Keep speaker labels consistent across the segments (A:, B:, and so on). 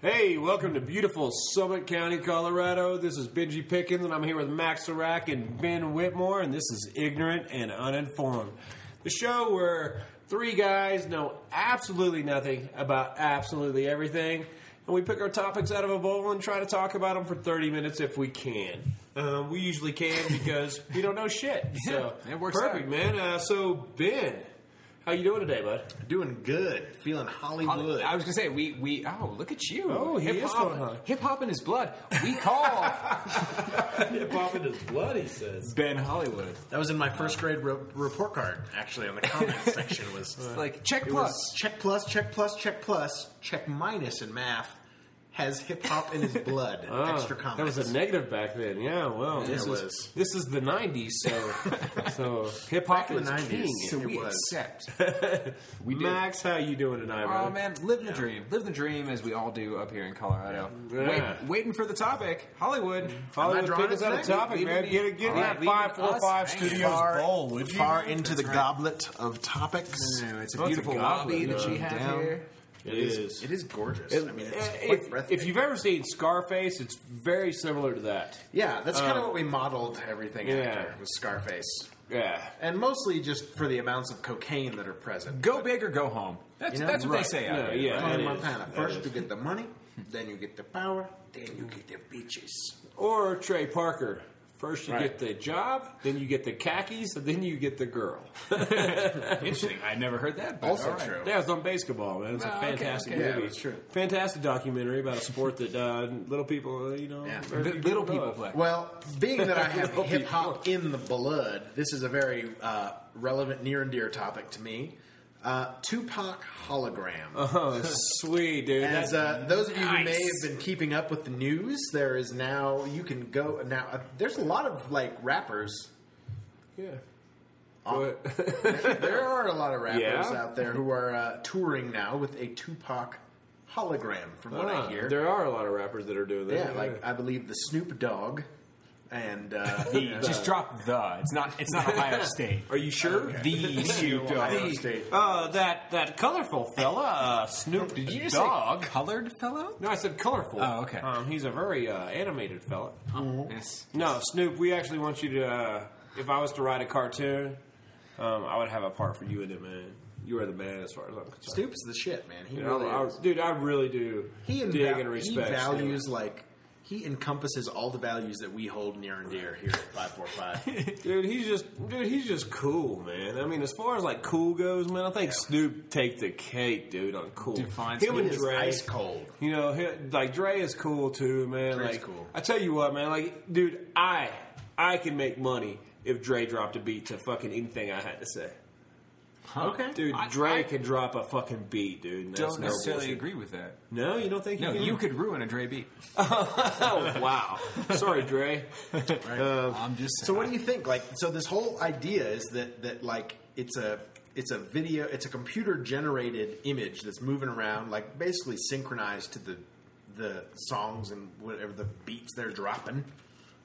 A: Hey, welcome to beautiful Summit County, Colorado. This is Benji Pickens, and I'm here with Max Serac and Ben Whitmore, and this is Ignorant and Uninformed, the show where three guys know absolutely nothing about absolutely everything, and we pick our topics out of a bowl and try to talk about them for 30 minutes if we can. Um, we usually can because we don't know shit. So
B: Yeah, it works
A: perfect,
B: out.
A: man. Uh, so Ben, how you doing today, bud?
C: Doing good. Feeling Hollywood.
B: I was gonna say we we oh look at you
A: Oh, he is
B: Hip-hop-
A: from, huh?
B: hip-hop in his blood we call
A: Hip hop in his blood, he says.
B: Ben Hollywood
C: that was in my first grade re- report card, actually, on the comments section. Was
B: like check
C: it
B: plus
C: was check plus, check plus, check plus, check minus in math has hip hop in his blood. Extra
A: Ah,
C: comments.
A: That was a negative back then. Yeah, well, this
C: it
A: is
C: was.
A: this is the '90s, so so hip hop
C: Back in
A: is
C: the 90s.
A: king.
B: so
C: it
B: we
C: was.
B: accept
A: we
B: did.
A: Max, how you doing tonight, brother?
B: oh man living the dream living the dream as we all do up here in Colorado
A: Yeah. Mm-hmm.
B: Wait, waiting for the topic Hollywood
A: Hollywood,
C: Am I drawing
A: pick us
C: it
A: out a
C: tonight?
A: topic,
B: Leaving
A: man.
B: me-
A: Get, get in
B: All right,
A: that five four
B: leaving
A: five
B: us
A: studios
B: hanging.
A: bowl, would you?
C: Far into the goblet of topics.
B: No, it's a
A: Oh, it's a
B: beautiful
A: goblet,
B: lobby that
A: uh,
B: you have
C: down.
B: here
A: It is. eh,
C: It is gorgeous. I mean, it's quite
A: If,
C: breathtaking.
A: if you've ever seen Scarface, it's very similar to that.
C: yeah, that's kind of what we modeled everything
A: Oh. yeah.
C: after with Scarface,
A: Yeah.
C: and mostly just for the amounts of cocaine that are present.
B: go big or go home that's
C: You know,
B: that's what
C: right.
B: they say out
A: No,
B: here.
A: yeah.
C: Tony
A: that is.
C: Montana.
A: That
C: First
A: is.
C: you get the money, then you get the power, then you get the bitches.
A: Or Trey Parker. First you
C: Right.
A: get the job, then you get the khakis, and then you get the girl.
B: interesting I never heard that but
C: Also
B: all right.
C: true.
A: Yeah, it's on basketball, man. It's
B: Oh,
A: a
B: okay,
A: fantastic
B: okay.
C: Yeah,
A: movie.
C: it's true.
A: Fantastic documentary about a sport that uh, little people, uh, you know,
C: Yeah.
A: very
B: Li-
A: few
B: little people
A: know.
B: play
C: Well, being that I have
A: Hope you-
C: hip hop in the blood, this is a very uh, relevant, near and dear topic to me. Uh, Tupac hologram.
A: Oh, sweet, dude.
C: As uh, those of you who may
B: Nice.
C: have been keeping up with the news, there is now you can go now. Uh, there's a lot of like rappers.
A: yeah. What-
C: There are a lot of rappers
A: Yeah?
C: out there who are uh, touring now with a Tupac hologram, from what
A: Ah,
C: I hear.
A: There are a lot of rappers that are doing that.
C: Yeah, like I believe the Snoop Dogg and uh,
B: The- just drop the it's not it's not Ohio State
A: are you sure?
B: the Snoop
C: Ohio
B: Dogg.
C: State.
A: uh, that that colorful fella, uh, Snoop
B: Did you just
A: Dogg.
B: say colored fellow?
A: no, I said colorful.
B: Oh, okay.
A: Um, he's a very uh, animated fella.
B: Yes.
A: No, Snoop, we actually want you to. Uh, if I was to write a cartoon, um, I would have a part for you in it, man. You are the man, as far as I'm concerned.
C: Snoop's the shit, man. He
A: Dude,
C: really
A: I, I-
C: is.
A: dude, I really do
C: He, inva-
A: dig and respect.
C: he
A: Snoop.
C: values like he encompasses all the values that we hold near and dear here at Five Four Five.
A: dude. He's just, dude, he's just cool, man. I mean, as far as like cool goes, man, I think Snoop take the cake, dude, on cool.
B: Defines
A: Him
B: him
A: and
C: It's
A: Dre,
C: ice cold.
A: you know, he, like Dre is cool too, man.
C: Dre's
A: like,
C: cool.
A: I tell you what, man, like, dude, I, I can make money if Dre dropped a beat to fucking anything I had to say.
B: Okay.
A: Dude,
B: I-
A: Dre
B: I
A: can drop a fucking beat, dude. and that's
B: don't
A: no
B: necessarily
A: bullshit.
B: agree with that.
A: No, you don't think
B: No,
A: he can?
B: you could ruin a Dre beat.
A: oh, wow. Sorry, Dre.
B: I'm just
C: So what do you think? Like, so this whole idea is that that like it's a it's a video, it's a computer generated image that's moving around, like basically synchronized to the the songs and whatever the beats they're dropping.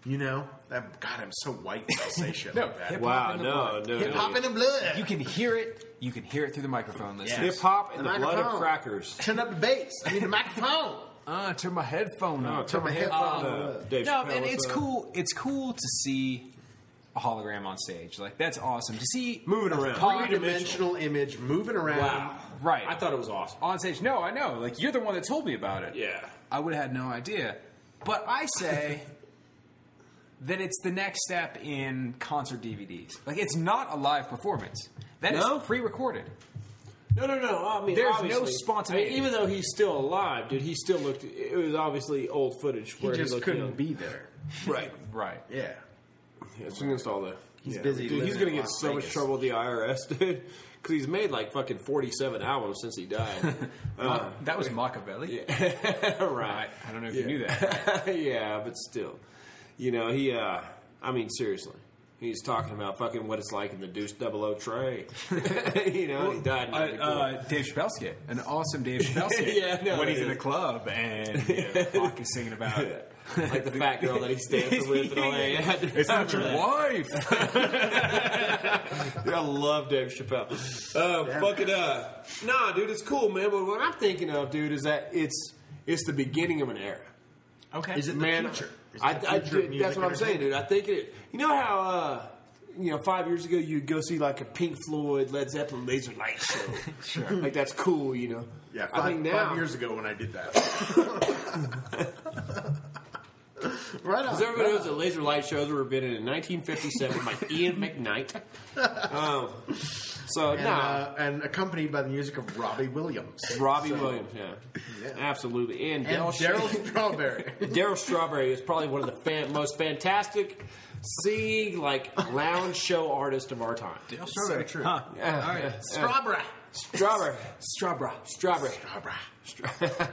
C: You know, that God, I'm so white when I say shit like that.
B: hip-
A: Wow,
B: in the
A: no,
B: blood.
A: no,
C: Hip hop
A: no.
C: in the blood.
B: you can hear it. You can hear it through the microphone. Listen.
A: Hip hop and the,
C: The
A: blood of
C: microphone.
A: crackers.
C: Turn up the bass. I need a microphone.
B: Uh, turn my headphone on.
C: turn my headphone
A: uh,
C: up.
A: Dave
B: no,
A: Chappelle,
B: and
A: what's
B: it's
A: up?
B: cool. It's cool to see a hologram on stage. Like that's awesome to see
A: Moving around.
B: Pop-
C: Three dimensional image moving around.
A: Wow.
B: Right.
A: I thought it was awesome.
B: on stage. No, I know. Like you're the one that told me about it.
A: Yeah.
B: I would have had no idea. But I say that it's the next step in concert DVDs. Like it's not a live performance. That is
A: No?
B: pre-recorded.
A: No, no, no. I mean,
B: There's no
A: obviously- I
B: spontaneity.
A: mean, even though he's still alive, dude, he still looked. It was obviously old footage
C: He
A: where he,
C: just
A: looked
C: couldn't
A: young.
C: be there.
A: Right.
B: Right.
C: Yeah.
A: Yeah, it's against all the.
C: He's
A: yeah.
C: busy
A: Dude, he's
C: living
A: gonna
C: in
A: get
C: Las
A: so much
C: Vegas.
A: trouble with the IRS, dude, because he's made like fucking forty-seven albums since he died. uh,
B: That was Machiavelli.
A: right.
B: I don't know if
A: Yeah.
B: you knew that.
A: yeah, but still, you know, he. uh I mean, seriously, he's talking about fucking what it's like in the Deuce Double O tray. you know, he died. In
B: Uh, uh, Dave Chappelle skit, an awesome Dave Chappelle skit.
A: Yeah, no,
B: when
A: it
B: he's in
A: is.
B: a club and you know, Bach is singing about it.
A: like the fat girl that he's dancing with and all that. Yeah, I
B: uh, It's not your
A: remember
B: wife.
A: that. Dude, I love Dave Chappelle. Uh, fuck it up. Nah, dude, it's cool, man. But what I'm thinking of, dude, is that it's It's the beginning of an era.
B: Okay.
C: Is it
A: Man,
C: the future? Is
A: I,
C: it the
A: I,
C: future of
A: did-
C: music
A: that's what I'm saying,
C: entertainment?
A: dude. I think it. You know how uh, you know five years ago you'd go see like a Pink Floyd, Led Zeppelin, Laser Light show. sure. Like that's cool, you know.
C: Yeah, five,
A: I think now.
C: five years ago when I did that. right on.
A: Does everybody knows that laser light shows were invented in 1957 by Ian McKnight? Um, so,
C: and,
A: nah,
C: uh, and accompanied by the music of Robbie Williams
A: Robbie Williams, yeah.
C: Yeah.
A: Absolutely. And,
C: and
A: Daryl Strawberry.
C: Daryl Strawberry.
A: Daryl Strawberry is probably one of the fan- most fantastic singing, like, lounge show artist of our time.
B: Strawberry.
C: So true.
B: Huh.
A: Yeah,
B: All right.
A: yeah, yeah.
C: Strawberry.
A: Strawberry.
B: Strawbra.
A: Strawberry.
C: Strawberry.
A: Stra-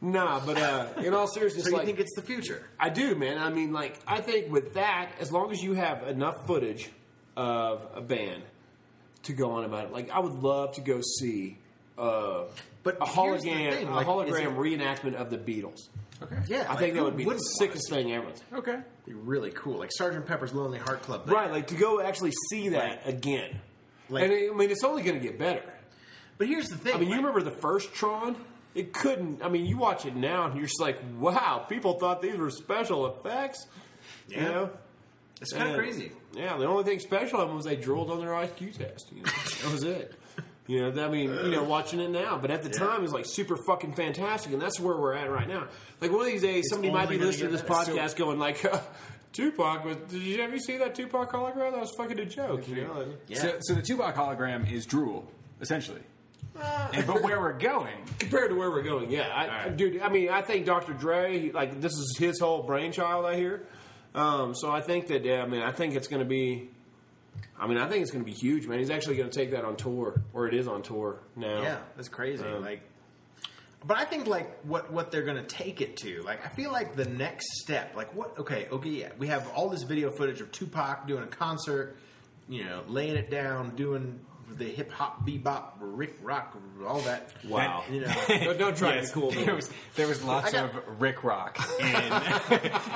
A: Nah, but uh, in all seriousness,
C: So you
A: like,
C: think it's the future?
A: I do, man. I mean, like, I think with that, as long as you have enough footage of a band to go on about it, like, I would love to go see uh,
C: But
A: a
C: here's the
A: hologram,
C: thing,
A: a
C: like, is
A: hologram
C: it-
A: reenactment of the Beatles.
B: Okay.
C: Yeah,
A: I
C: like,
A: think that
C: who
A: would be the
C: wouldn't wanna
A: sickest thing ever.
B: Okay.
C: be really cool, like Sergeant Pepper's Lonely Heart Club. thing.
A: Right, like to go actually see that again.
C: Like-
A: and I mean, it's only going to get better.
C: But here's the thing.
A: I mean, you
C: like,
A: remember the first Tron? It couldn't. I mean, you watch it now, and you're just like, wow, people thought these were special effects. You
C: Yeah.
A: know?
C: it's kind of
A: Yeah.
C: crazy.
A: Yeah, the only thing special of them was they drilled on their IQ test. You know? that was it. You know, that- I mean, you know, watching it now, but at the time it was like super fucking fantastic, and that's where we're at right now. Like one of these days, somebody might
C: only
A: be
C: gonna
A: listening to
C: get
A: this
C: better.
A: podcast going like, uh, "Tupac was? Did you have you seen that Tupac hologram? That was fucking a joke." You know, like,
C: Yeah.
B: So, so the Tupac hologram is drool, essentially.
A: Uh.
B: and, but where we're going,
A: compared to where we're going, yeah, I,
B: right.
A: dude. I mean, I think Dr. Dre, he, like, this is his whole brainchild. I hear. Um, so I think that. Yeah, I mean, I think it's going to be. I mean, I think it's going to be huge, man. He's actually going to take that on tour, or it is on tour now.
C: Yeah, that's crazy.
A: um,
C: like, but I think like what what they're going to take it to. Like, I feel like the next step. Like, what? Okay, okay, yeah. We have all this video footage of Tupac doing a concert. You know, laying it down, doing the hip hop, bebop, Rick Rock, all that.
A: Wow.
C: You know,
A: Don't, don't try
B: Yes,
A: to be cool.
B: There
A: man.
B: was there was lots
C: I got-
B: of Rick Rock in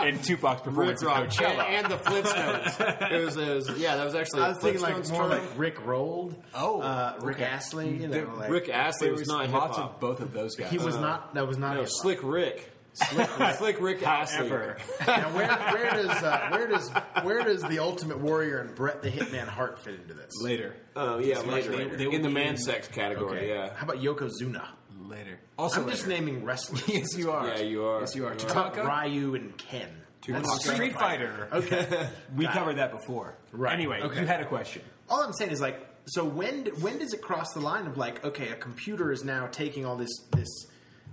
B: in Tupac's performance
A: Rick Rock
B: of
A: and,
B: Coachella.
A: and the Flintstones. it, was, it was, yeah, that was actually.
C: I was thinking like
A: Flintstones
C: more
A: tour.
C: like Rick rolled.
B: Oh,
C: uh, Rick
B: okay.
C: Astley. You know,
B: The-
C: like,
A: Rick Astley
B: there
A: was,
B: was
A: not
B: lots
A: hip-hop.
B: of both of those guys.
C: He was not. That was not.
A: No,
C: hip-hop.
A: Slick Rick. Slick Rick, Slick Rick Astley.
B: However,
C: Now, where, where does uh, where does where does the Ultimate Warrior and Brett the Hitman Hart fit into this?
B: later,
A: Oh yeah,
C: much
A: later,
C: later.
A: in the man sex category.
C: Okay.
A: Yeah.
C: How about Yokozuna?
B: later. Also,
C: I'm just
B: later.
C: naming wrestlers.
B: Yes, you are.
A: Yeah, you are.
B: Yes, you are.
A: You
C: How about
B: Tupac.
C: Ryu and Ken.
B: That's
C: That's
B: Street Fighter.
C: Okay.
B: We covered that before.
C: Right.
B: Anyway,
C: Okay.
B: you had a question.
C: all I'm saying is like, so when when does it cross the line of like, okay, a computer is now taking all this this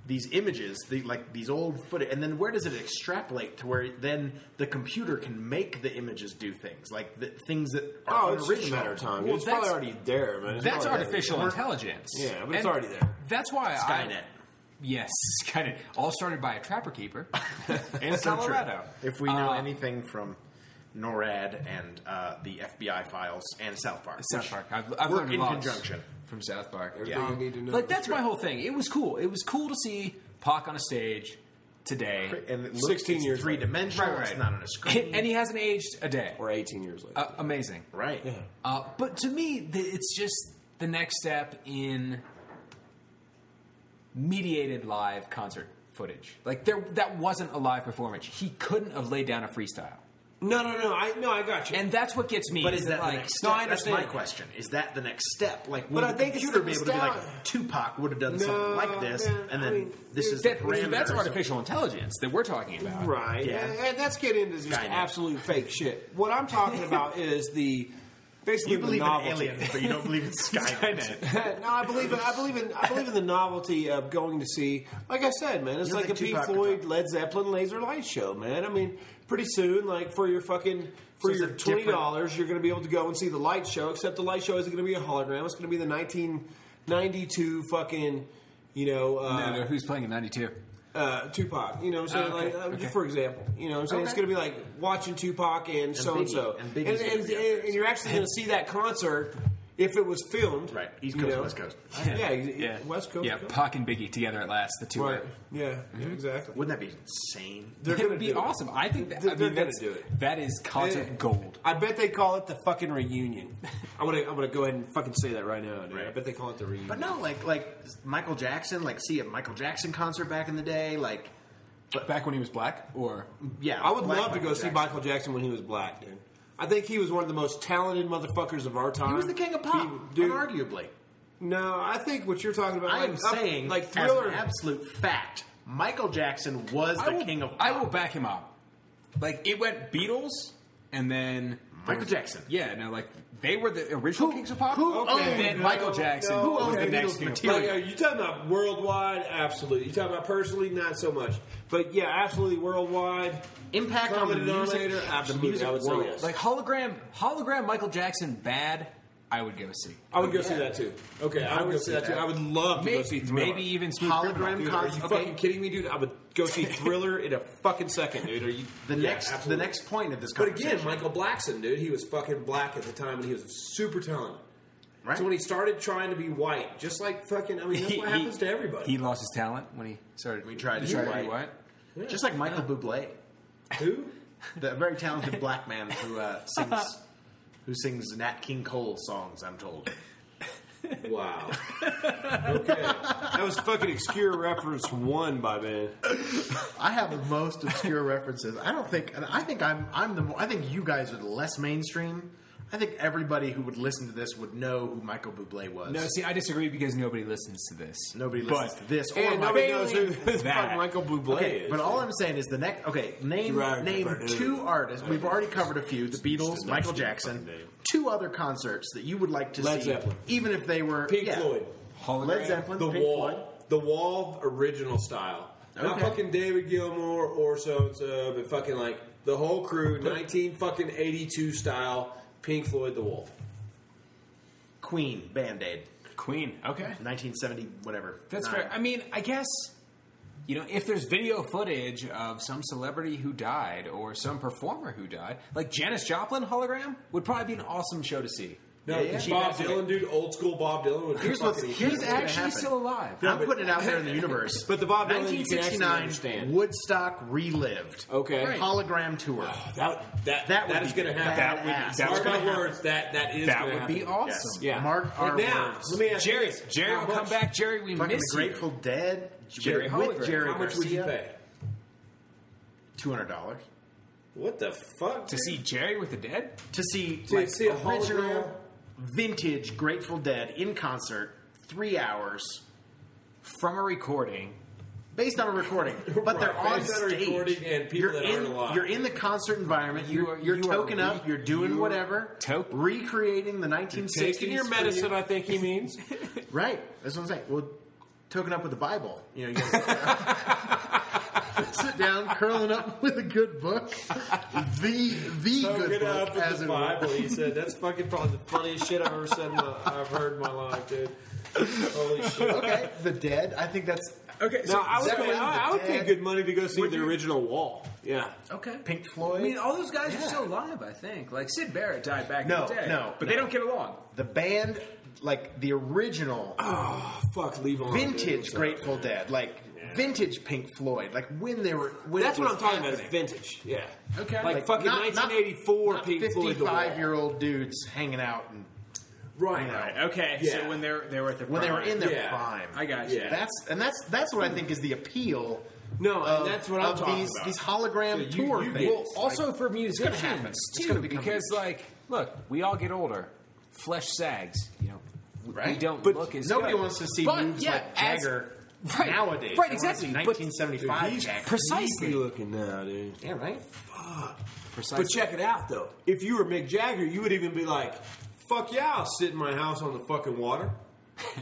C: these images, the, like these old footage, and then where does it extrapolate to where then the computer can make the images do things like the, things that are
A: Oh, it's just a
C: original.
A: matter of time.
B: Well,
A: it's probably
B: that's-
A: already there, man. It's
B: That's
A: probably
B: artificial
A: already
B: intelligence.
A: there. Yeah, but it's already there.
B: That's why I.
C: Skynet.
B: Yes, Skynet. All started by a trapper keeper in
C: So true.
B: Colorado.
C: If we know
B: Uh,
C: anything from NORAD and uh, the FBI files and South Park,
B: South
C: which
B: Park. I've, I've
C: work
B: learned
C: in
B: lots
C: conjunction.
B: from South Park.
A: Everything you need to know.
B: Like that's my whole thing. It was cool. It was cool to see Pac on a stage today,
C: and it looks,
A: 16 years
C: three dimensional.
B: Right, right.
C: It's not on a screen.
B: and he hasn't aged a day.
A: Or 18 years later.
B: Uh, amazing.
C: right.
B: Uh, but to me, th- it's just the next step in mediated live concert footage. Like there, that wasn't a live performance. He couldn't have laid down a freestyle,
A: no, no, no. I no, I got you.
B: and that's what gets me.
C: But is that
B: like
C: the next
A: no,
C: step?
A: I
C: That's
A: understand.
C: my question. Is that the next step? Like,
A: But
C: would
A: I
C: the
A: think it's
C: computer
A: the
C: be able
A: next
C: to be
A: step.
C: like, Tupac would have done
A: No,
C: something like this,
A: man,
C: and
A: I
C: then
A: mean,
C: this
A: dude,
C: is
B: that-
C: the parameters.
B: that's
C: of-
B: artificial intelligence that we're talking about.
A: Right.
C: Yeah.
A: And, and that's get into just
C: Kinda.
A: absolute fake shit. What I'm talking about is the basically
C: You believe
A: the
C: in
A: novelty.
C: aliens, but you don't believe in Skynet.
A: no, I believe in I believe in I believe in the novelty of going to see. Like I said, man, it's
C: You don't
A: like a
C: think
A: Pink
C: Tupac could
A: Floyd,
C: talk?
A: Led Zeppelin, Laser Light show, man. I mean, pretty soon, like for your fucking for
C: So it's
A: your
C: a
A: twenty
C: different-
A: dollars, you're going to be able to go and see the light show. Except the light show isn't going to be a hologram. It's going to be the 1992 fucking. You know, uh,
B: No, no, who's playing in '92?
A: uh, Tupac. You know what I'm saying?
B: Oh,
A: Like,
B: okay,
A: uh,
B: okay.
A: For example, you know what I'm saying? It's
C: Ah, Okay.
A: going to be like watching Tupac and so and so.
C: Biggie, and
A: And
C: Biggie's
A: and-
C: gonna be up there.
A: and you're actually going to see that concert if it was filmed.
C: Right. East
A: you
C: Coast,
A: know.
C: West Coast.
A: Yeah, yeah. West Coast.
B: Yeah, Puck and Biggie together at last, the two.
A: Right.
B: are-
A: Yeah,
C: Mm-hmm.
A: yeah, exactly.
C: Wouldn't that be insane?
A: They're
B: It
A: gonna
B: would be
A: do it.
B: awesome. I think that,
A: They're-
B: I
A: they're
B: mean,
A: gonna
B: that's,
A: do it.
B: that is concept
A: Yeah.
B: gold.
A: I bet they call it the fucking reunion. I'm gonna I'm gonna go ahead and fucking say that right now. Dude. I bet they call it the reunion.
C: But no, like like Michael Jackson, like see a Michael Jackson concert back in the day, like
B: Back when he was black, or
C: yeah,
A: I would
C: like
A: love to go see
C: Jackson.
A: Michael Jackson when he was black, dude. I think he was one of the most talented motherfuckers of our time.
C: He was the king of pop,
A: He- dude.
C: arguably.
A: No, I think what you're talking about.
C: I
A: like,
C: am
A: up-
C: saying,
A: like
C: as
A: Thriller.
C: an absolute fact, Michael Jackson was
B: I
C: the
B: will,
C: king of pop.
B: I will back him up. Like it went Beatles, and then
C: Michael Jackson.
B: yeah, no, like they were the original kings of pop.
C: who
A: Okay.
B: and then
C: owned-
B: Michael Jackson
A: no,
C: who
B: was
C: owned
B: the
C: the
B: next
C: Beatles
B: king of pop.
C: material?
A: Like, are you talking about worldwide? Absolutely. You talking about personally? Not so much. But yeah, absolutely worldwide.
C: Impact on the
A: Common
C: music,
A: denominator?
C: the
A: Absolutely,
C: music
A: I would say
C: world.
A: yes.
B: Like hologram, hologram Michael Jackson bad. I would go see.
A: I would go see that too. Okay, I, would go see that, too. I would love to
B: Maybe,
A: go see Thriller.
B: maybe even Smooth
C: Hologram
B: Criminal.
A: Dude, are you
C: concert.
B: Okay.
A: fucking kidding me, dude? I would go see Thriller in a fucking second, dude. Are you
C: The
A: Yeah,
C: next, the
A: absolutely.
C: next point of this
A: But
C: conversation.
A: again, Michael Blackson, dude, he was fucking black at the time, and he was super talented.
C: right?
A: So when he started trying to be white, just like fucking, I mean, that's what happens to everybody.
B: He lost his talent when he started.
C: We tried to
B: he
C: be
B: be
C: white.
B: white.
A: Yeah.
C: just like Michael Bublé,
A: who?
C: the very talented black man who uh, sings, who sings Nat King Cole songs. I'm told.
A: Wow. Okay, that was fucking obscure reference one by man.
C: I have the most obscure references. I don't think, and I think I'm, I'm the more. I think you guys are the less mainstream. I think everybody who would listen to this would know who Michael Bublé was.
B: No, see, I disagree because nobody listens to this.
C: nobody listens
B: But
C: to this. Or
A: And
C: Michael-
A: nobody knows who the fuck
B: That.
A: Michael Bublé
C: Okay,
A: is.
C: but all I'm saying is the next. Okay, name
A: Gerard
C: name
A: Depardieu.
C: two artists. We've already covered a few: the Beatles,
A: just
C: Michael
A: another
C: Jackson.
A: fucking name.
C: Two other concerts that you would like to
A: Led
C: see,
A: Zeppelin.
C: even if they were
A: Pink
C: yeah.
A: Floyd.
B: Hologram.
C: Led Zeppelin,
A: the
C: Pink
A: wall,
C: Floyd.
A: the wall original style. Not
C: Okay.
A: fucking David Gilmour or so and so, but fucking like the whole crew, nineteen fucking eighty two style. Pink Floyd, the wall.
C: Queen, Band Aid,
B: Queen. Okay,
C: 1970, whatever.
B: that's
C: Nine.
B: fair. I mean, I guess you know if there's video footage of some celebrity who died or some performer who died, like Janis Joplin hologram would probably be an awesome show to see.
A: No,
C: Yeah, yeah.
A: Bob
B: She-
A: Dylan, dude, old school Bob Dylan. Would be
C: Here's what's-
A: fucking-
C: here's-
B: He's
C: It's gonna
B: actually
C: happen.
B: still alive.
A: No,
C: I'm
A: but-
C: putting it out there in the universe.
A: But the Bob Dylan, you can actually
C: 1969,
A: understand.
C: Woodstock relived.
A: Okay. Right.
C: Hologram tour.
A: that that
C: That would
A: that
C: be
A: is going to happen.
C: badass. That
A: mark
C: would
A: my
C: happen.
A: words. That that is
B: that
A: gonna
B: would be
A: happen.
B: awesome.
C: Yes.
A: Yeah.
C: Mark our
A: But now,
C: words.
A: let me ask
B: Jerry,
A: you this.
B: Jerry,
A: How
B: will
A: much-
B: come back. Jerry, we
C: Fucking
B: miss
C: the Grateful Dead.
B: Jerry
C: with
B: Hologram.
C: Jerry
A: How much would you
C: Garcia.
A: pay?
C: Two hundred dollars
A: What the fuck?
B: you to see Jerry with the dead.
C: to see
A: To
C: like
A: see a
C: original,
A: hologram?
C: vintage Grateful Dead in concert, three hours,
B: from a recording.
C: based on a recording. But they're
A: Right,
C: on
A: based on a
C: stage.
A: recording and people
C: you're
A: that
C: in,
A: aren't alive.
C: You're in the concert environment.
B: You
C: You
B: are-
C: are, you're
B: you are
C: token up.
B: re-
C: You're doing
B: you
C: whatever.
B: toke-
C: recreating the 1960s.
A: Taking your
C: for
A: medicine,
C: you.
A: I think he means.
C: Right. That's what I'm saying. Well, token up with the Bible. You know, you gotta sit down, curling up with a good book. The the
A: Token
C: good book,
A: up with
C: as
A: the
C: it were.
A: Bible. He said that's fucking probably the funniest shit I've ever said. In my, I've heard in my life, dude. Holy shit!
C: Okay, the dead. I think that's
B: Okay,
A: No, I was.
C: Zeppelin,
A: I, I
C: the
A: would pay
C: Dead.
A: good money to go see
C: Would
A: the
C: you-
A: original Wall. Yeah,
B: okay.
C: Pink Floyd.
B: I mean,
A: oh.
B: all those guys are
C: Yeah.
B: still alive. I think. Like Sid Barrett died back
C: No,
B: in the day.
C: no,
B: but
C: no.
B: they don't get along.
C: the band, like the original
A: Oh, fuck, leave on
C: vintage Grateful Dead, like vintage Pink Floyd, like when they were. When
A: That's
C: it
A: what I'm
C: was
A: talking about. Is
C: happening.
A: vintage. Yeah.
B: Okay.
A: Like,
B: Like,
A: fucking
C: not- not-
A: 1984
C: not
A: Pink Floyd. The Wall.
C: Fifty-five-year-old dudes hanging out, and
A: Right.
C: you know,
A: Right.
B: Okay,
A: Yeah.
B: so when they're they were at their
C: when they were
B: prime.
C: in their
A: Yeah.
C: prime,
B: I got you.
A: Yeah.
C: That's and that's that's what I think is the appeal.
A: No, and
C: of,
A: that's what I'm
C: of
A: talking
C: these,
A: about.
C: These hologram
A: So you-
C: tour
A: you
C: things.
A: get-
B: Well, also for musicians
C: happen. It's
B: too,
C: gonna become
B: because like, look, we all get older. Flesh sags. You know, we- we
C: Right.
B: don't
A: But
B: look as
C: Nobody
B: good.
C: wants to see
B: But,
C: moves
B: yeah,
C: like
B: as-
C: Jagger
B: right,
C: nowadays.
B: Right,
C: They wanna see
B: exactly. But-
C: 1975 Jagger.
B: Precisely.
A: Creepy looking now, dude.
C: yeah, right.
B: Precisely.
A: But check it out though. If you were Mick Jagger, you would even be like, "Fuck yeah, I'll sit in my house on the fucking water."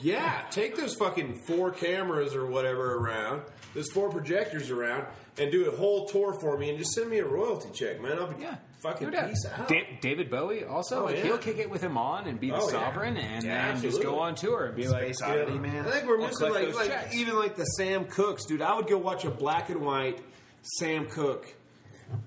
A: Yeah, take those fucking four cameras or whatever around, those four projectors around, and do a whole tour for me, and just send me a royalty check, man. I'll be
B: Yeah.
A: fucking
B: No doubt.
A: peace out.
B: Da- David Bowie also,
A: Oh,
B: like,
A: yeah.
B: he'll kick it with him on and be the
A: Oh, yeah.
B: sovereign and
A: Yeah,
B: then just
A: absolutely.
B: go on tour and be like,
C: Space
A: Yeah.
C: Oddity, man.
A: I think we're
B: And
A: missing
B: collect
A: like,
B: those
A: like
B: checks.
A: even like the Sam Cooks, dude. I would go watch a black and white Sam Cook.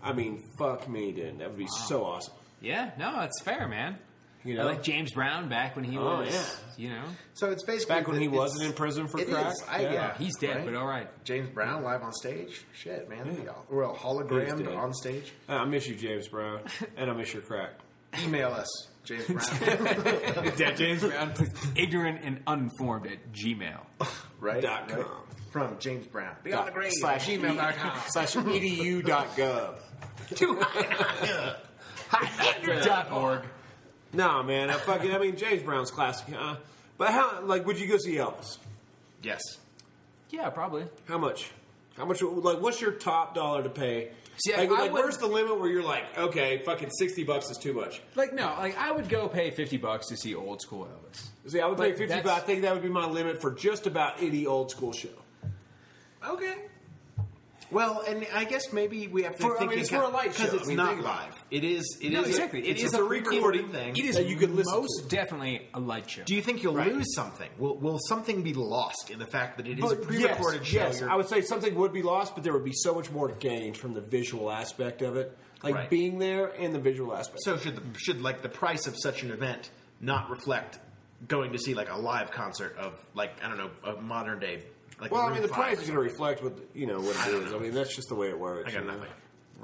A: I mean, fuck me, dude. That would be so awesome.
B: yeah, no, it's fair, man.
A: You
B: I
A: know,
B: like James Brown back when he
A: Oh,
B: was,
A: yeah.
B: you know,
C: So it's basically
A: back when he
C: it's-
A: wasn't in prison for
C: it
A: crack.
C: is. I- yeah.
B: he's dead,
C: Right.
B: but all right.
C: James Brown live on stage. Shit, man, that'd be
A: Yeah.
C: all- we're all hologrammed
A: dead.
C: on stage.
A: Uh, I miss you, James Brown, and I miss your crack.
C: Email us, James Brown.
B: Dead James Brown, ignorant and uninformed at Gmail.
C: right?
A: Dot com.
C: right? From James Brown. E
A: Dot- slash
C: gmail.com.
A: slash
C: E
A: edu.gov.
B: Dot org.
A: No, man, I fucking. I mean, James Brown's classic. Huh? But how? Like, would you go see Elvis?
C: Yes.
B: Yeah, probably.
A: How much? How much? Like, what's your top dollar to pay?
B: See, I-
A: like,
B: I
A: like
B: would-
A: where's the limit where you're like, okay, fucking sixty bucks is too much?
B: Like no, like I would go pay fifty bucks to see old school Elvis.
A: See, I would pay
B: But
A: fifty, but I
B: that's-
A: think that would be my limit for just about any old school show.
C: Okay. Well, and I guess maybe we have to
A: For- I
C: think
A: mean, it's for a light
C: because
A: show.
C: it's
A: I mean,
C: not
A: think about
C: live. It is. It is
B: No,
C: a-
B: exactly.
C: it
B: It's
C: is
B: a
C: a
A: pre-recorded-
C: recording thing.
B: It is
A: That you could listen
B: most
A: to.
B: definitely a light show.
C: Do you think you'll
A: Right.
C: lose something? Will, will something be lost in the fact that it is a pre-recorded
A: yes,
C: show?
A: yes,
C: You're-
A: I would say something would be lost, but there would be so much more gained from the visual aspect of it, like
C: Right.
A: being there and the visual aspect.
C: so should the, should like the price of such an event not reflect going to see like a live concert of like I don't know a modern day like
A: well, I
C: Maroon
A: mean, the
C: five
A: price
C: or
A: is going to reflect what you know what it is. I mean, that's just the way it works.
C: something. I
A: you
C: got
A: know?
C: nothing.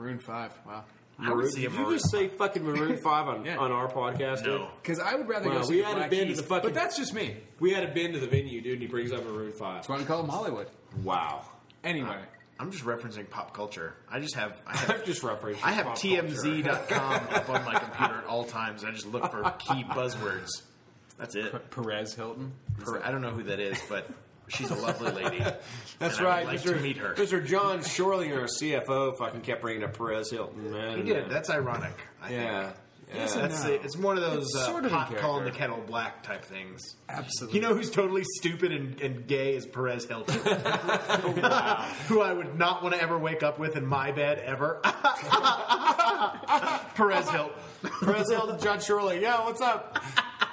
B: Maroon Five? Wow.
C: I would
A: Maroon-
C: see a
A: did you
C: Maroon
A: just say fucking Maroon Five on,
B: Yeah.
A: on our podcast?
C: No.
A: dude?
B: Because I would rather
A: Wow,
B: go see
A: we
B: the
A: hadn't
B: Black
A: been to
B: Keys,
A: the fucking-
B: but that's just me.
A: We had a bin to the venue, dude, and he brings up Maroon Five.
B: That's why we call them Hollywood.
A: Wow,
B: Anyway,
C: I'm just referencing pop culture. I just have I
A: I'm
C: have
A: just referencing.
C: I have
A: pop culture.
C: TMZ.com up on my computer at all times. I just look for key buzzwords. That's it.
B: Perez Hilton.
C: Her- I don't know who that is, but she's a lovely lady.
A: That's
C: and I
A: right,
C: would Like
A: Mr.
C: to meet her.
A: Mr. John Shorling, our CFO, fucking kept bringing up Perez Hilton. Man,
C: He did. That's ironic. I
A: yeah.
C: Think.
A: yeah.
C: So that's it. It's one of those
B: It's
C: uh,
B: sort of in
C: pot calling the
B: character.
C: kettle black type things.
B: Absolutely.
C: You know who's totally stupid and, and gay is Perez Hilton, who I would not want to ever wake up with in my bed ever. Perez Hilton.
A: Perez Hilton, John Shirley. Yo, what's up?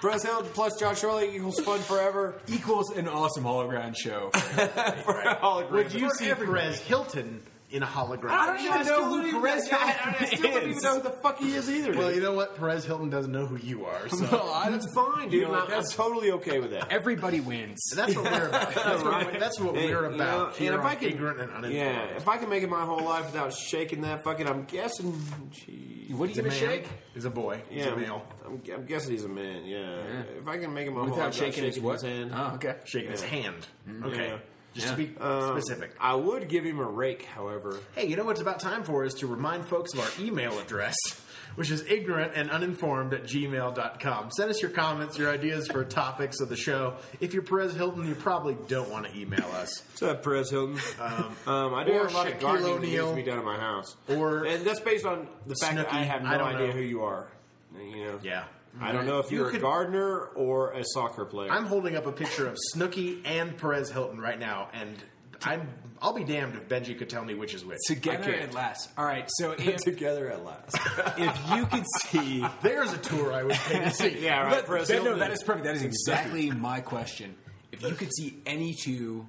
A: Perez Hilton plus John Shirley equals fun forever.
B: equals an awesome hologram show.
A: Hologram.
C: Would you
A: For
C: see
A: every-
C: Perez Hilton in a hologram?
A: I don't even
B: still
A: know
B: don't
A: who
B: even-
A: Perez
B: yeah,
A: Hilton
B: I- I
A: is.
B: still don't even know who
A: the fuck he is either.
C: Well, you know what? Perez Hilton doesn't know who you are, so
B: I-
A: that's fine, dude.
B: You know what,
A: I'm- I'm
B: that's-
A: totally okay with that.
B: Everybody wins.
C: that's what we're about. That's what,
A: Right.
C: that's what
A: Hey,
C: we're
A: you
C: about
A: know,
C: here
A: and if I
C: on
A: can-
C: ignorant and uninformed.
A: Yeah, if I can make it my whole life without shaking that fucking, I'm guessing. Geez.
B: What are you
C: He's a
B: gonna
C: man.
B: shake?
C: He's a boy. He's
A: Yeah,
C: a male.
A: I'm, I'm guessing he's a man. Yeah.
B: Yeah.
A: if I can make him a whole
B: Without
A: life
B: shaking his what?
A: hand,
B: Oh, okay.
C: Shaking his hand. Okay.
A: Mm-hmm. Yeah.
C: Just to
B: Yeah.
C: be
A: um,
C: specific.
A: I would give him a rake, however.
C: Hey, you know what's about time for is to remind folks of our email address, which is ignorant and uninformed at gmail.com. Send us your comments, your ideas for topics of the show. If you're Perez Hilton, you probably don't want to email us.
A: What's up, Perez Hilton? Um, I do
C: or
A: have a lot
C: Shaquille
A: of gardening that needs
C: O'Neal.
A: to be done in my house,
C: Or-
A: and that's based on the fact that I
C: Snooki.
A: have no
C: I don't
A: idea
C: know.
A: who you are. You know,
C: Yeah.
A: I don't know if
C: You
A: you're
C: could-
A: a gardener or a soccer player.
C: I'm holding up a picture of Snooky and Perez Hilton right now, and I'm I'll be damned if Benji could tell me which is which.
B: Together
A: can't.
B: at last. All right. So if
A: together at last.
B: if you could see,
C: There's a tour I would pay to see.
A: yeah, right. Perez
B: That- no,
A: Hilton.
B: that is perfect. That is exactly my question. If you could see any two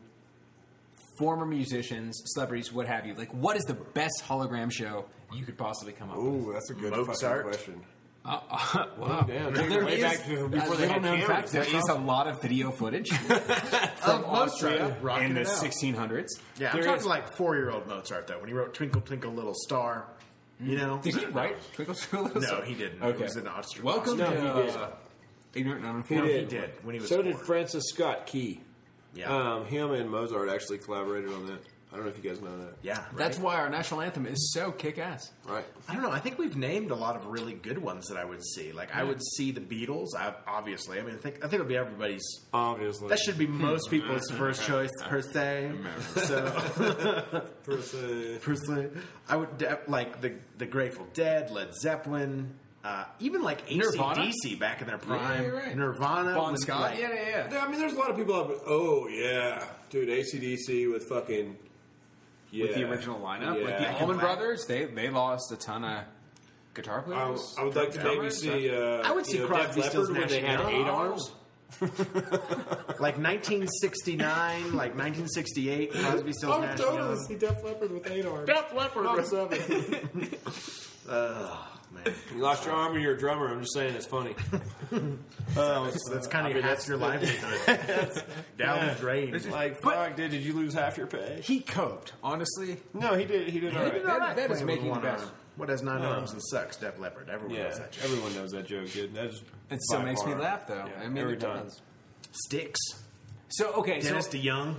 B: former musicians, celebrities, what have you, like what is the best hologram show you could possibly come up with?
A: Ooh, that's a good
C: Mozart.
A: fucking question.
B: Uh, uh, wow.
A: damn.
B: Well, there
A: Way
B: is-
A: back to before
B: uh,
A: they had
B: little known
A: cameras.
B: fact, there is a lot of video footage from
C: Mozart
B: Austria
C: rocking
B: in the
C: it out.
B: 1600s.
C: Yeah, I'm
A: There
C: talking
A: is-
C: like four year old Mozart though, when he wrote Twinkle Twinkle Little Star. You know?
B: Mm-hmm. Did he write Twinkle Twinkle Little
C: No,
B: Star?
C: he didn't. It
B: Okay.
C: was an Austrian-
B: Welcome
A: No,
B: to
A: he did.
B: uh, Ignorant and
A: He
B: Uninformed.
A: did.
C: did, when he was
A: so did
C: four.
A: Francis Scott Key.
C: Yeah.
B: Uh,
A: Um, him and Mozart actually collaborated on that. I don't know if you guys know that.
C: yeah. Right?
B: That's why our national anthem is so kick ass.
A: Right.
C: I don't know. I think we've named a lot of really good ones that I would see. Like I would see the Beatles, I, obviously. I mean, I think I think it would be everybody's.
A: Obviously.
C: That should be most
B: Hmm.
C: people's first choice per se. So
A: per se.
C: per se, I would de- like the the Grateful Dead, Led Zeppelin, uh, even like
B: Nirvana?
C: ACDC back in their prime.
B: you're right.
C: Nirvana,
B: Bon
C: when,
B: Scott.
C: like-
B: yeah, yeah, yeah.
A: Yeah, I mean, there's a lot of people. Out there, oh yeah, dude, ACDC with fucking yeah.
B: With the original lineup, like
A: Yeah.
B: the Allman
C: Black.
B: Brothers, they they lost a ton of guitar
A: I,
B: players.
A: w- I would like to maybe
B: drummers,
A: see.
B: so-
A: Uh,
C: I would see
A: you know,
C: Crosby,
A: Def
C: Stills,
A: Leppard when they had
C: Nash and
A: eight
C: Young.
A: arms.
C: like 1969, like 1968. Crosby, Stills,
B: Oh,
A: I would
C: Nash,
A: totally
C: Young.
A: see Def Leppard with eight arms.
C: Def Leppard
A: Not
C: was-
A: seven.
C: man.
A: You lost your arm or you're a drummer. I'm just saying, it's funny. Uh, Oh,
C: So that's kind of half your livelihood. Down the drain.
A: like,
B: But-
A: fuck, dude, did you lose half your pay?
B: He coped, honestly.
A: No, he did. He did all right.
B: did all right. That is
C: Playing with
B: making
C: one
B: the best.
C: arm. What has nine arms and sucks? Def Leppard. Everyone
A: Yeah,
C: knows that. shit.
A: everyone knows that joke, dude. That's
B: It still
A: by
B: makes me
A: far-
B: laugh, though.
A: Yeah,
B: I mean,
A: every
B: it
A: time.
B: does.
C: Sticks.
B: So okay,
C: Dennis
B: so
C: DeYoung.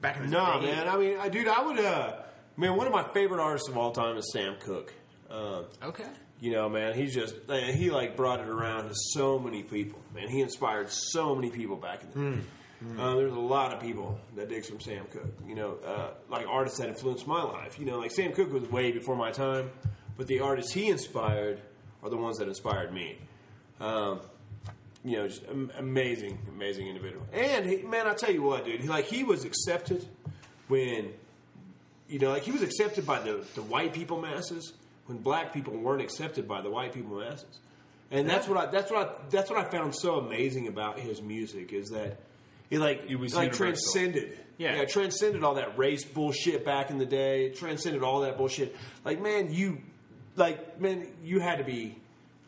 C: Back in the
A: No,
C: day.
A: man. I mean, I, dude, I would. uh Man, one of my favorite artists of all time is Sam Cooke. Um,
B: okay.
A: You know, man, he's just man, he like brought it around to so many people. Man, he inspired so many people back in the day. Uh, there's a lot of people that digs from Sam Cooke. You know, uh, like artists that influenced my life. You know, like Sam Cooke was way before my time, but the artists he inspired are the ones that inspired me. Um, you know, just am- amazing, amazing individual. And he, man, I tell you what, dude, he, like he was accepted when you know, like he was accepted by the, the white people masses when black people weren't accepted by the white people masses. And that's what I that's what I that's what I found so amazing about his music is that he like
D: It was
A: like
D: universal.
A: transcended.
D: Yeah.
A: yeah, transcended all that race bullshit back in the day. It transcended all that bullshit. Like man, you like man, you had to be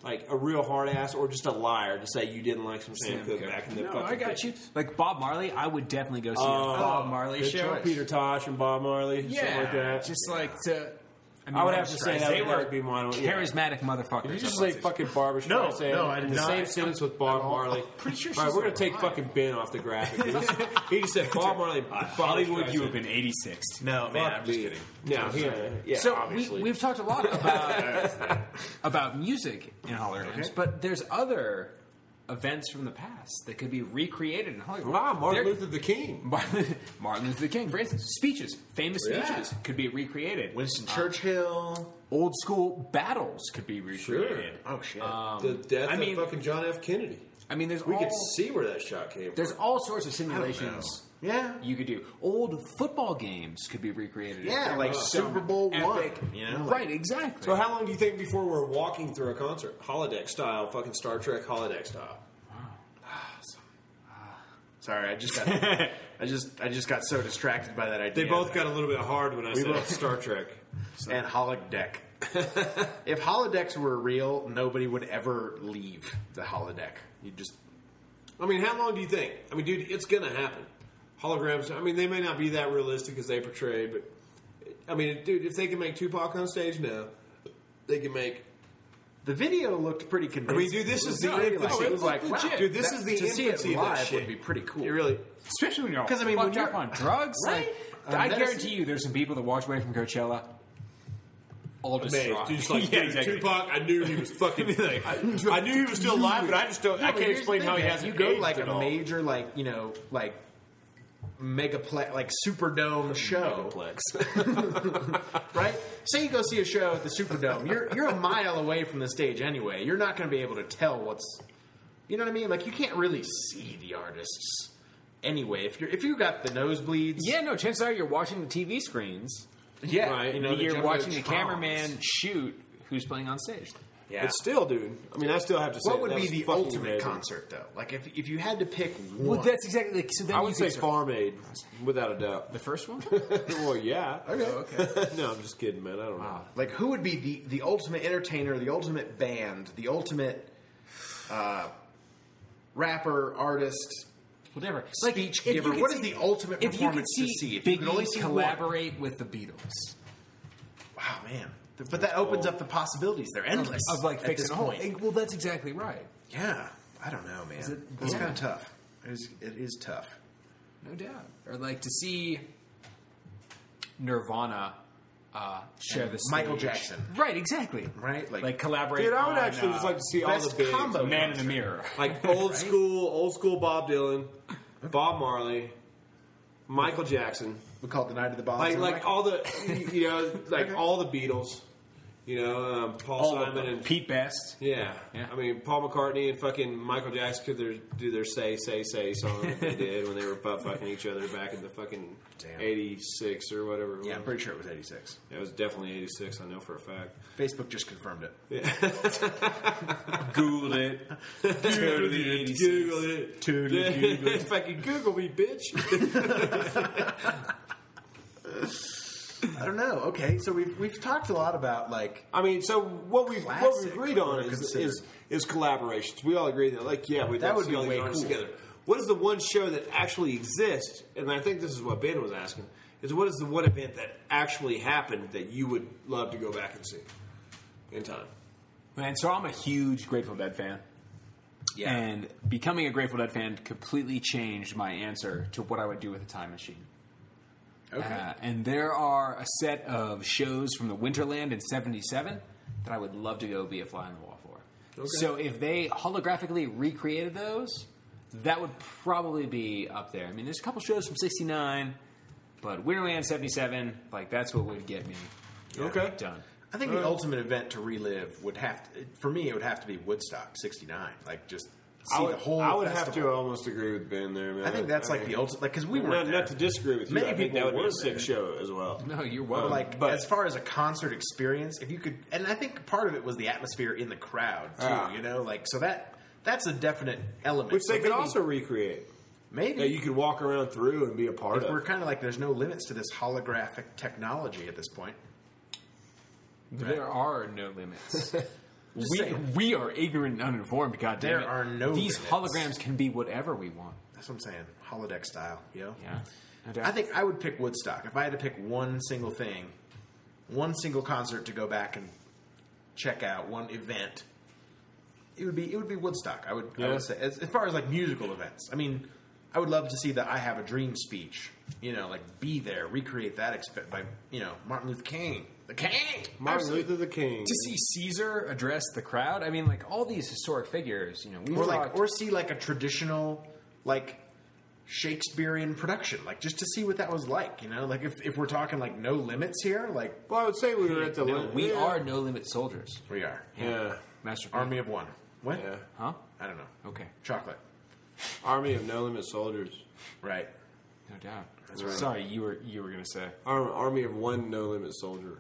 A: like a real hard ass or just a liar to say you didn't like some Sam
B: Sam
A: Cooke
B: Cooke.
A: back in the
B: No,
A: fucking
B: I got
A: 50s.
B: you. Like Bob Marley, I would definitely go see a
A: Oh,
B: Bob Marley
C: good
B: show.
C: choice.
A: Peter Tosh and Bob Marley,
B: Yeah,
A: something like that.
B: just like to. I, mean,
A: I would
B: Barbra
A: have to say
B: Streisand.
A: that
B: they
A: would-
B: were
A: that would be mine. Yeah.
B: charismatic motherfuckers.
A: Did you just
B: up on
A: say
B: stage.
A: fucking Barbara
C: No,
A: Streisand?
C: no, I did
A: in the
C: not.
A: same sentence with Bob Marley.
C: pretty sure
A: All right,
C: she's
A: we're gonna take
C: alive.
A: fucking Ben off the graphic. He just- he just said Bob Marley.
D: Hollywood, you have been 86.
C: No, man, I'm
A: Fuck
C: just
A: me.
C: kidding.
A: No, yeah, yeah.
B: So
A: obviously.
B: we, we've talked a lot about about music in holograms,
C: Okay.
B: but there's other events from the past that could be recreated in holograms.
C: Ah,
A: wow, Ah, Martin
B: There-
A: Luther the King.
B: Martin, Martin Luther King, for instance, speeches, famous
C: Yeah.
B: speeches could be recreated.
C: Winston Churchill.
B: Old school battles could be recreated.
C: Oh, shit.
A: the death
B: I mean-
A: of fucking John F. Kennedy.
B: I mean, there's
A: We
B: all
A: could see where that shot came
B: there's
A: from.
B: all sorts of
C: I don't know.
B: simulations
C: Yeah.
B: you could do. Old football games could be recreated.
C: Yeah, like Super Bowl one. You know, like-
B: right? Exactly.
A: So how long do you think before we're walking through a concert, holodeck style, fucking Star Trek holodeck style?
C: Sorry, I just got I just I just got so distracted by that idea.
A: They both got a little bit hard when I said
C: both-
A: Star Trek.
C: and holodeck. if holodecks were real, nobody would ever leave the holodeck. You just
A: I mean, how long do you think? I mean, dude, it's gonna happen. Holograms. I mean, they may not be that realistic as they portray, but I mean, dude, if they can make Tupac on stage now, they can make.
C: the video looked pretty
A: I
C: convincing.
A: mean, dude, this
C: It
A: is
C: was
A: the
C: really
A: infancy. Oh,
C: like, it was like, wow,
B: legit.
A: dude, this
C: that-
A: is the
C: to see it
A: infancy of
C: live
A: that shit.
C: would be pretty cool.
A: It really.
D: Especially when you're
B: Because I mean,
C: Fucked
B: when you're Uh,
C: up
B: on drugs,
C: Right?
B: like,
C: Um,
B: I
C: that's-
B: guarantee you, there's some people that walked away from Coachella all
A: Man,
B: distraught.
A: dude, just like
D: Yeah,
A: dude,
D: exactly.
A: Tupac, I knew he was fucking. Like, I, I knew he was still alive, but I just don't.
C: No,
A: I
C: but
A: can't
C: here's the
A: explain
C: thing,
A: how he
C: man.
A: hasn't
C: You go to
A: aged
C: like
A: at
C: a
A: all.
C: major, like you know, like megaplex, like Superdome show, right? Say you go see a show at the Superdome. You're you're a mile away from the stage anyway. You're not going to be able to tell what's, you know what I mean? Like you can't really see the artists anyway. If you're if you got the nosebleeds,
B: yeah, no. Chances are you're watching the TV screens.
C: yeah,
A: Right.
C: you know, the
B: you're watching the
C: Jumbotrons.
B: cameraman shoot who's playing on stage.
C: Yeah.
A: But still, dude. I mean, I still have to say
C: what would
A: that
C: be
A: was
C: the
A: fucking
C: ultimate
A: amazing.
C: concert though? Like if if you had to pick one,
B: Well, that's exactly. Like, so then
A: I
B: you
A: would say
B: could-
A: Farm Aid, without a doubt.
B: the first one.
A: well, yeah.
B: okay.
A: no, I'm just kidding, man. I don't know.
C: Like, who would be the, the ultimate entertainer, the ultimate band, the ultimate uh, rapper, artist,
B: Whatever.
C: speech
B: if you
C: giver?
B: could
C: What is
B: see-
C: the ultimate
B: If you could
C: performance
B: see,
C: to see? If
B: Biggie
C: you could only see
B: collaborate with the Beatles
C: One. Wow, man. But that opens up the possibilities. They're endless.
B: of like
C: at
B: fixing
C: this
B: a hole.
C: point.
B: Eh, Well, that's exactly right.
C: Yeah. I don't know, man.
B: it-
C: it's
B: yeah.
C: kind of tough. It is, it is tough.
B: No doubt. Or like to see Nirvana uh, share the stage.
C: Michael Jackson.
B: Right, exactly.
C: Right? Like,
B: Like collaborate.
A: Dude, I would
B: on,
A: actually
B: uh,
A: just like to see all the
C: best
A: big
C: combo.
B: Man in the Mirror.
A: like old school, old school Bob Dylan, Bob Marley, Michael Jackson,
C: we call it the Night of the Bombs.
A: like
C: and
A: like
C: Michael-
A: all the you know like all the Beatles, you know um, Paul
B: All of
A: Simon
B: them.
A: and
B: Pete Best.
A: yeah.
B: Yeah.
A: I mean Paul McCartney and fucking Michael Jackson could their, do their say say say song that they did when they were butt fucking each other back in the fucking
C: Damn.
A: eighty six or whatever. It
B: oh,
C: yeah, I'm
A: was.
C: pretty sure it was 86.
A: It was definitely eighty six. I know for a fact.
C: Facebook just confirmed it.
D: Googled it. totally 86.
A: Google it.
D: Totally Google it.
A: Fucking Google me, bitch.
C: I don't know. Okay, so we've we've talked a lot about like
A: I mean, so what we what we
C: Classic,
A: agreed on
C: or
A: is,
C: considered.
A: is is collaborations. We all agreed that, like, yeah, we'd
C: That
A: love
C: would
A: to see
C: be
A: all these
C: way
A: artists
C: cool.
A: together. What is the one show that actually exists? And I think this is what Ben was asking: is what is the one event that actually happened that you would love to go back and see in time?
B: Man, so I'm a huge Grateful Dead fan.
C: Yeah.
B: And becoming a Grateful Dead fan completely changed my answer to what I would do with a time machine.
C: okay.
B: Uh, and there are a set of shows from the Winterland in 77 that I would love to go be a fly on the wall for. So if they holographically recreated those, that would probably be up there. I mean, there's a couple shows from 69, but Winterland 77, like, that's what would get me
A: Okay,
B: done.
C: I think
A: Uh,
C: the ultimate event to relive would have to, for me, it would have to be Woodstock '69. Like just see
A: I would,
C: the whole.
A: I would have
C: festival.
A: to almost agree with Ben there, man.
C: I think that's like the ultimate. Like because we were
A: Not,
C: there.
A: not to disagree with you.
C: Many
A: I think
C: people
A: that would be
C: were
A: a sick
C: there.
A: show as well.
B: No, you're
C: But,
B: welcome.
C: like
A: but-
C: as far as a concert experience, if you could, and I think part of it was the atmosphere in the crowd too.
A: Ah.
C: You know, like so that that's a definite element.
A: Which
C: So
A: they could
C: maybe-
A: also recreate.
C: maybe
A: That you could walk around through and be a part
C: if
A: of.
C: we're kind of like there's no limits to this holographic technology at this point.
B: There are no limits. we,
C: saying.
B: we are ignorant and uninformed, God damn
C: There
B: it.
C: are no
B: These
C: limits.
B: holograms can be whatever we want.
C: That's what I'm saying, holodeck style. You know,
B: Yeah. No doubt.
C: I think I would pick Woodstock if I had to pick one single thing, one single concert to go back and check out, one event. It would be it would be Woodstock. I would, I
A: Yeah.
C: would say as, as far as like musical events. I mean, I would love to see the "I Have a Dream" speech. You know, like be there, recreate that exp- by you know Martin Luther King, the King,
A: Martin
C: Absolutely.
A: Luther the King.
B: to see Caesar address the crowd. I mean, like all these historic figures, you know, we
C: or like or see like a traditional like Shakespearean production, like just to see what that was like. You know, like if if we're talking like no limits here, like
A: Well, I would say we were at the.
B: no,
A: lim-
B: we
A: yeah.
B: are no limit soldiers.
C: we are.
A: Yeah.
B: Master P.
C: Army of One. What?
A: Yeah.
B: huh?
C: I don't know.
B: Okay,
C: Chocolate.
A: Army of No Limit Soldiers.
C: Right.
B: no doubt.
C: right.
B: Sorry, you were you were gonna say.
A: Ar- Army of One No Limit Soldier.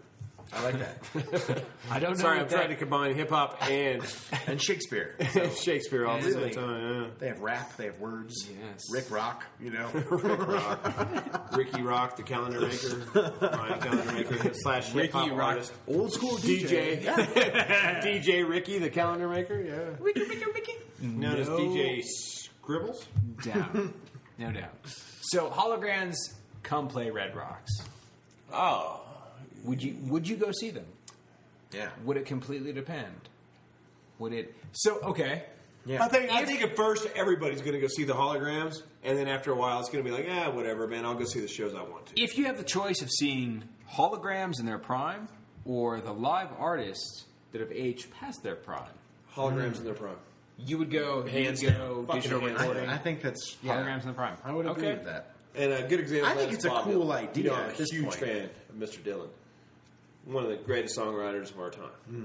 C: I like that.
B: I don't know.
A: Sorry,
B: what
A: I'm
B: that-
A: trying to combine hip hop and
C: and Shakespeare.
A: Shakespeare all at the same
C: Really?
A: time.
C: They have rap. They have words.
B: Yes.
C: Rick Rock. You know.
A: Yeah. Ricky Rock, the calendar maker, my calendar maker slash hip hop artist.
B: old school
A: DJ, DJ Ricky, the calendar maker. Yeah, Ricky, Ricky, Ricky. Known as
B: No.
A: DJ Scribbles.
B: Down, no doubt. So holograms, come play Red Rocks.
A: Oh,
B: Would you would you go see them?
C: yeah.
B: Would it completely depend? Would it? So okay,
C: Yeah.
A: I think I think at first everybody's going to go see the holograms, and then after a while it's going to be like, ah, whatever, man. I'll go see the shows I want to.
B: if you have the choice of seeing holograms in their prime or the live artists that have aged past their prime,
A: Holograms in their prime.
B: you would go
A: Hands
B: you would
A: down.
B: go
A: Fucking
B: digital
A: hands
C: I,
B: recording.
C: I think that's yeah.
B: Holograms in the prime.
C: I would agree
B: Okay.
C: with that.
A: And a good example.
C: I
A: of
C: think
A: that
C: it's
A: is
C: a
A: Bob
C: cool
A: Dylan.
C: idea
A: You know, I'm a
C: at this
A: huge
C: point.
A: fan of Mr. Dylan, one of the greatest songwriters of our time.
C: Hmm.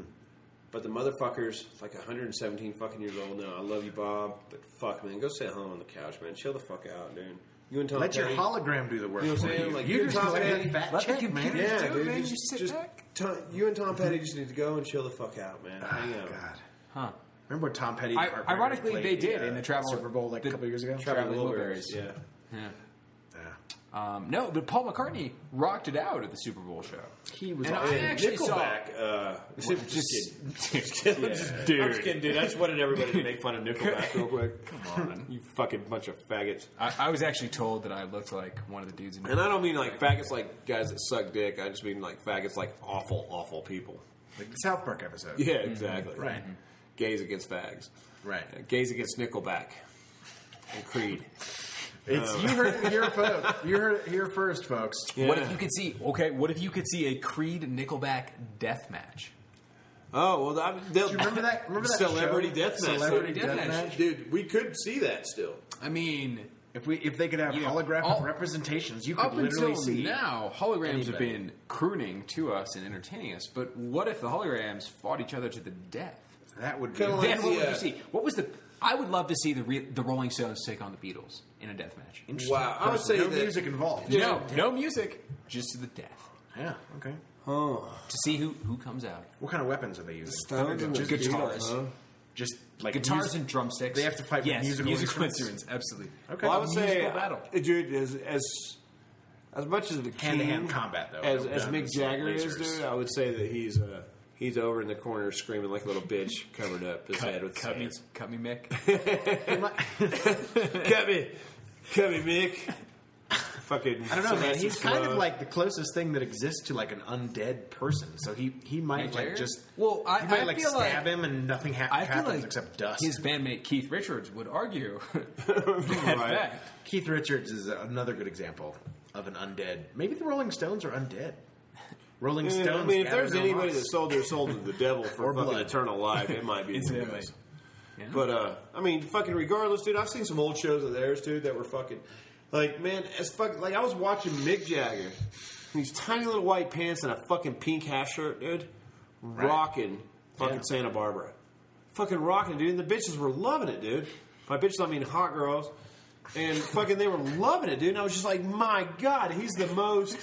A: But the motherfucker's like 117 fucking years old now. I love you, Bob, but fuck, man, go sit home on the couch, man. Chill the fuck out, dude. You and Tom
C: Let your
A: Petty-
C: hologram do the work
A: You know what I'm
C: for
A: saying?
C: you.
A: Like,
C: you
A: you're
C: just
A: Tom
C: collect
A: Petty.
C: that fat
B: Let the
C: check, man.
B: computers
A: yeah,
B: do it,
A: dude.
B: man.
A: Just,
B: Just sit
A: just
B: back.
A: Tom, you and Tom Petty just need to go and chill the fuck out, man.
C: Ah,
A: Hang out.
C: God.
B: Huh.
C: Remember when Tom Petty?
B: I-
C: Harper
B: ironically,
C: played
B: they did
C: uh,
B: in the travel-
C: Super Bowl like
B: the
C: a couple years ago.
B: travel-
A: Traveling
B: Wilburys.
A: Wilburys, Yeah.
B: Yeah.
C: yeah.
B: Um, no, but Paul McCartney rocked it out at the Super Bowl show.
C: He was.
B: And
C: on-
B: I actually
A: Nickelback. Uh, just, just kidding. I'm just kidding. I'm just kidding, dude. I just wanted everybody to make fun of Nickelback real quick. Come on, you fucking bunch of faggots.
B: I, I was actually told that I looked like one of the dudes in.
A: And I don't mean like faggots like guys that suck dick. I just mean like faggots like awful, awful people.
C: like the South Park episode.
A: Yeah, exactly.
C: Right.
A: Gays against fags.
C: Right.
A: Uh, Gays against Nickelback and Creed.
C: It's, you heard it here, folks. You heard it here first, folks.
B: What if
A: Yeah.
B: you could see? Okay, what if you could see a Creed Nickelback death match?
A: Oh well, that, they'll,
C: Do you remember that? Remember that
A: celebrity
C: show?
A: death match?
C: Celebrity
B: Celebrity
C: deathmatch.
B: Deathmatch.
A: dude. We could see that still.
B: I mean,
C: If we if they could have
B: You know,
C: holographic
B: all-
C: representations, you could
B: Oh. up
C: literally
B: until
C: see
B: now, holograms have
C: anybody.
B: been crooning to us and entertaining us. But what if the holograms fought each other to the death?
C: that would be
A: Kinda like-
B: Then what would
A: Yeah.
B: you see? What was the? I would love to see the re, the Rolling Stones take on the Beatles in a death match.
C: interesting.
A: Wow, I would
C: Person,
A: say
C: no
A: that-
C: music involved.
A: Yeah.
B: No, no music, just to the death
C: Yeah, okay.
A: Oh,
B: to see who who comes out.
C: What kind of weapons are they using?
A: Stones and the
C: just
A: Beatles,
C: guitars.
A: huh?
C: Just like
B: Guitars
C: music-
B: and drumsticks.
C: They have to fight with
B: yes,
C: musical
B: musical
C: instruments?
B: instruments. Absolutely.
C: Okay.
A: Well, I would say,
B: Musical battle.
A: uh, dude, uh, as, as as much as the king
C: Hand-to-hand combat, though.
A: as,
C: They're
A: as
C: done
A: Mick
C: with
A: Jagger is,
C: lasers.
A: dude, I would say that he's uh, he's over in the corner screaming like a little bitch, covered up his head with his
B: cut me,
A: hands.
B: cut me, Mick.
A: Cut me, cut me, Mick. Fucking.
C: I don't know, man.
A: Sylvester
C: He's kind of
A: Stallone.
C: like the closest thing that exists to like an undead person. So he he might
B: Mick
C: like
B: Jagger?
C: just
B: Well, I-
C: he might
B: I
C: like
B: feel like-
C: stab him and nothing ha-
B: I feel
C: happens
B: like
C: except dust.
B: his bandmate Keith Richards would argue that
A: Right.
B: fact.
C: Keith Richards is another good example of an undead. Maybe the Rolling Stones are undead. Rolling
A: Yeah,
C: Stones.
A: I mean, if
C: gathered
A: there's
C: no
A: anybody
C: moss.
A: that sold their soul to the devil for
C: Or
A: fucking
C: blood.
A: eternal life, it might be one of
B: Incidentally.
A: those. But uh, I mean, fucking regardless, dude. I've seen some old shows of theirs, dude, that were fucking like, man, as fuck. Like I was watching Mick Jagger, in these tiny little white pants and a fucking pink half shirt, dude, rocking fucking
C: Yeah.
A: Santa Barbara, fucking rocking, dude. And the bitches were loving it, dude. By bitches, I mean hot girls. And fucking, they were loving it, dude. And I was just like, my god, he's the most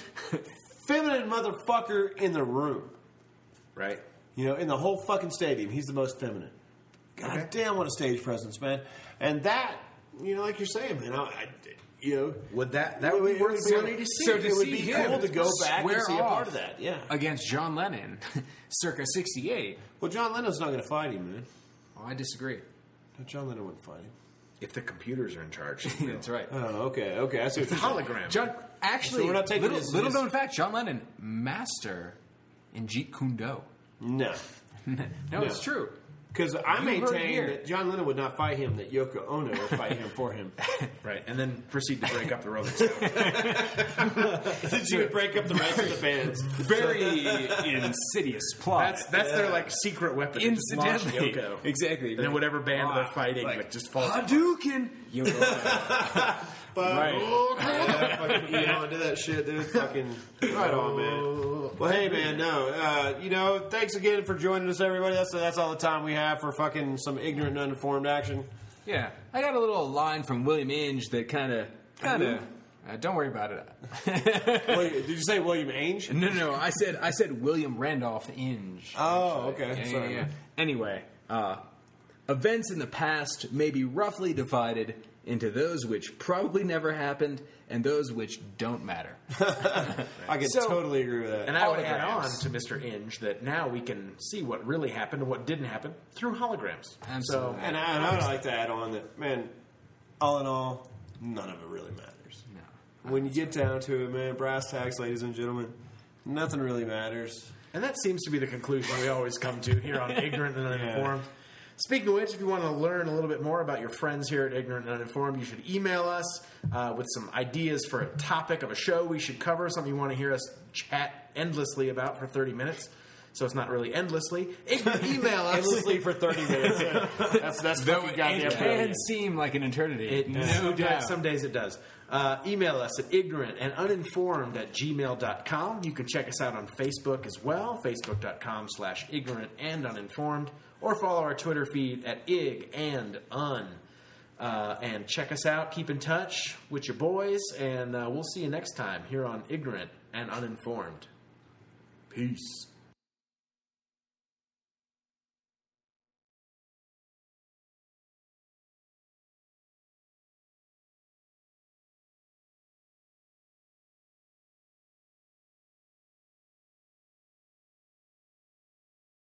A: feminine motherfucker in the room.
C: right.
A: You know, in the whole fucking stadium, he's the most feminine. God
C: Okay.
A: damn, what a stage presence, man! And that, you know, like you're saying, man, I, I you know,
C: Would that that would
A: it
C: be worth
A: be-
C: somebody to see?
B: so
A: it would
B: see
A: be
B: him
A: cool to go back and
B: swear
A: see a part
B: off.
A: of that. Yeah.
B: against John Lennon, circa '68.
A: Well, John Lennon's not going to fight him, man.
B: Oh, I disagree.
A: No, John Lennon wouldn't fight him.
C: If the computers are in charge,
B: That's right.
A: Oh, okay, okay. I see what you're saying.
C: hologram.
B: John, actually,
A: So we're not taking
B: little,
A: his-
B: little
A: his-
B: known fact: John Lennon, master in Jeet Kune Do.
A: No,
B: No,
A: No.
B: it's true.
A: because I
B: You heard it
A: maintain
B: here.
A: that John Lennon would not fight him; that Yoko Ono would fight him for him.
C: right, and then proceed to break up the Rolling Stones.
A: Since you would break up the rest of the bands.
B: Very insidious plot.
C: That's that's their like secret weapon. They just launch
B: incidentally
C: Yoko.
B: exactly.
C: And then whatever band they're fighting,
B: like,
C: like, just falls.
B: Hadouken. Yoko. right.
A: Yeah, fucking eat on to that shit, dude. Fucking right on, man. Well, hey, man. No, uh, you know, thanks again for joining us, everybody. That's that's all the time we have for fucking some ignorant, and uninformed action.
B: Yeah, I got a little line from William Inge that kind of, kind of. Uh, don't worry about it.
A: Wait, did you say William Ainge?
B: no, no, I said, I said William Randolph Inge.
A: Oh,
B: actually.
A: okay.
B: Yeah,
A: Sorry,
B: yeah, yeah.
A: man.
B: Anyway, uh, events in the past may be roughly divided into those which probably never happened and those which don't matter.
A: I can
B: So-
A: totally agree with that.
C: And I would add on
B: Holograms.
C: to Mr. Inge that now we can see what really happened and what didn't happen through holograms.
B: Absolutely.
A: and I, and I would like to add on that, man. All in all, none of it really matters. When you get down to it, man, brass tacks, ladies and gentlemen, nothing really matters.
C: And that seems to be the conclusion we always come to here on Ignorant and Uninformed. Speaking of which, if you want to learn a little bit more about your friends here at Ignorant and Uninformed, you should email us uh, with some ideas for a topic of a show we should cover, something you want to hear us chat endlessly about for 30 minutes. So it's not really endlessly. Ignorant, email us.
A: Endlessly for thirty minutes. That's that's
B: Though
A: fucking
B: it,
A: goddamn
B: it can
A: brilliant.
B: seem like an eternity.
C: It,
B: no
C: sometimes-
B: doubt.
C: Some days it does. Uh, email us at ignorant and uninformed at gmail.com. You can check us out on Facebook as well, facebook.com slash ignorant and uninformed, or follow our Twitter feed at ig and un. Uh, and check us out. Keep in touch with your boys, and uh, we'll see you next time here on Ignorant and Uninformed. Peace.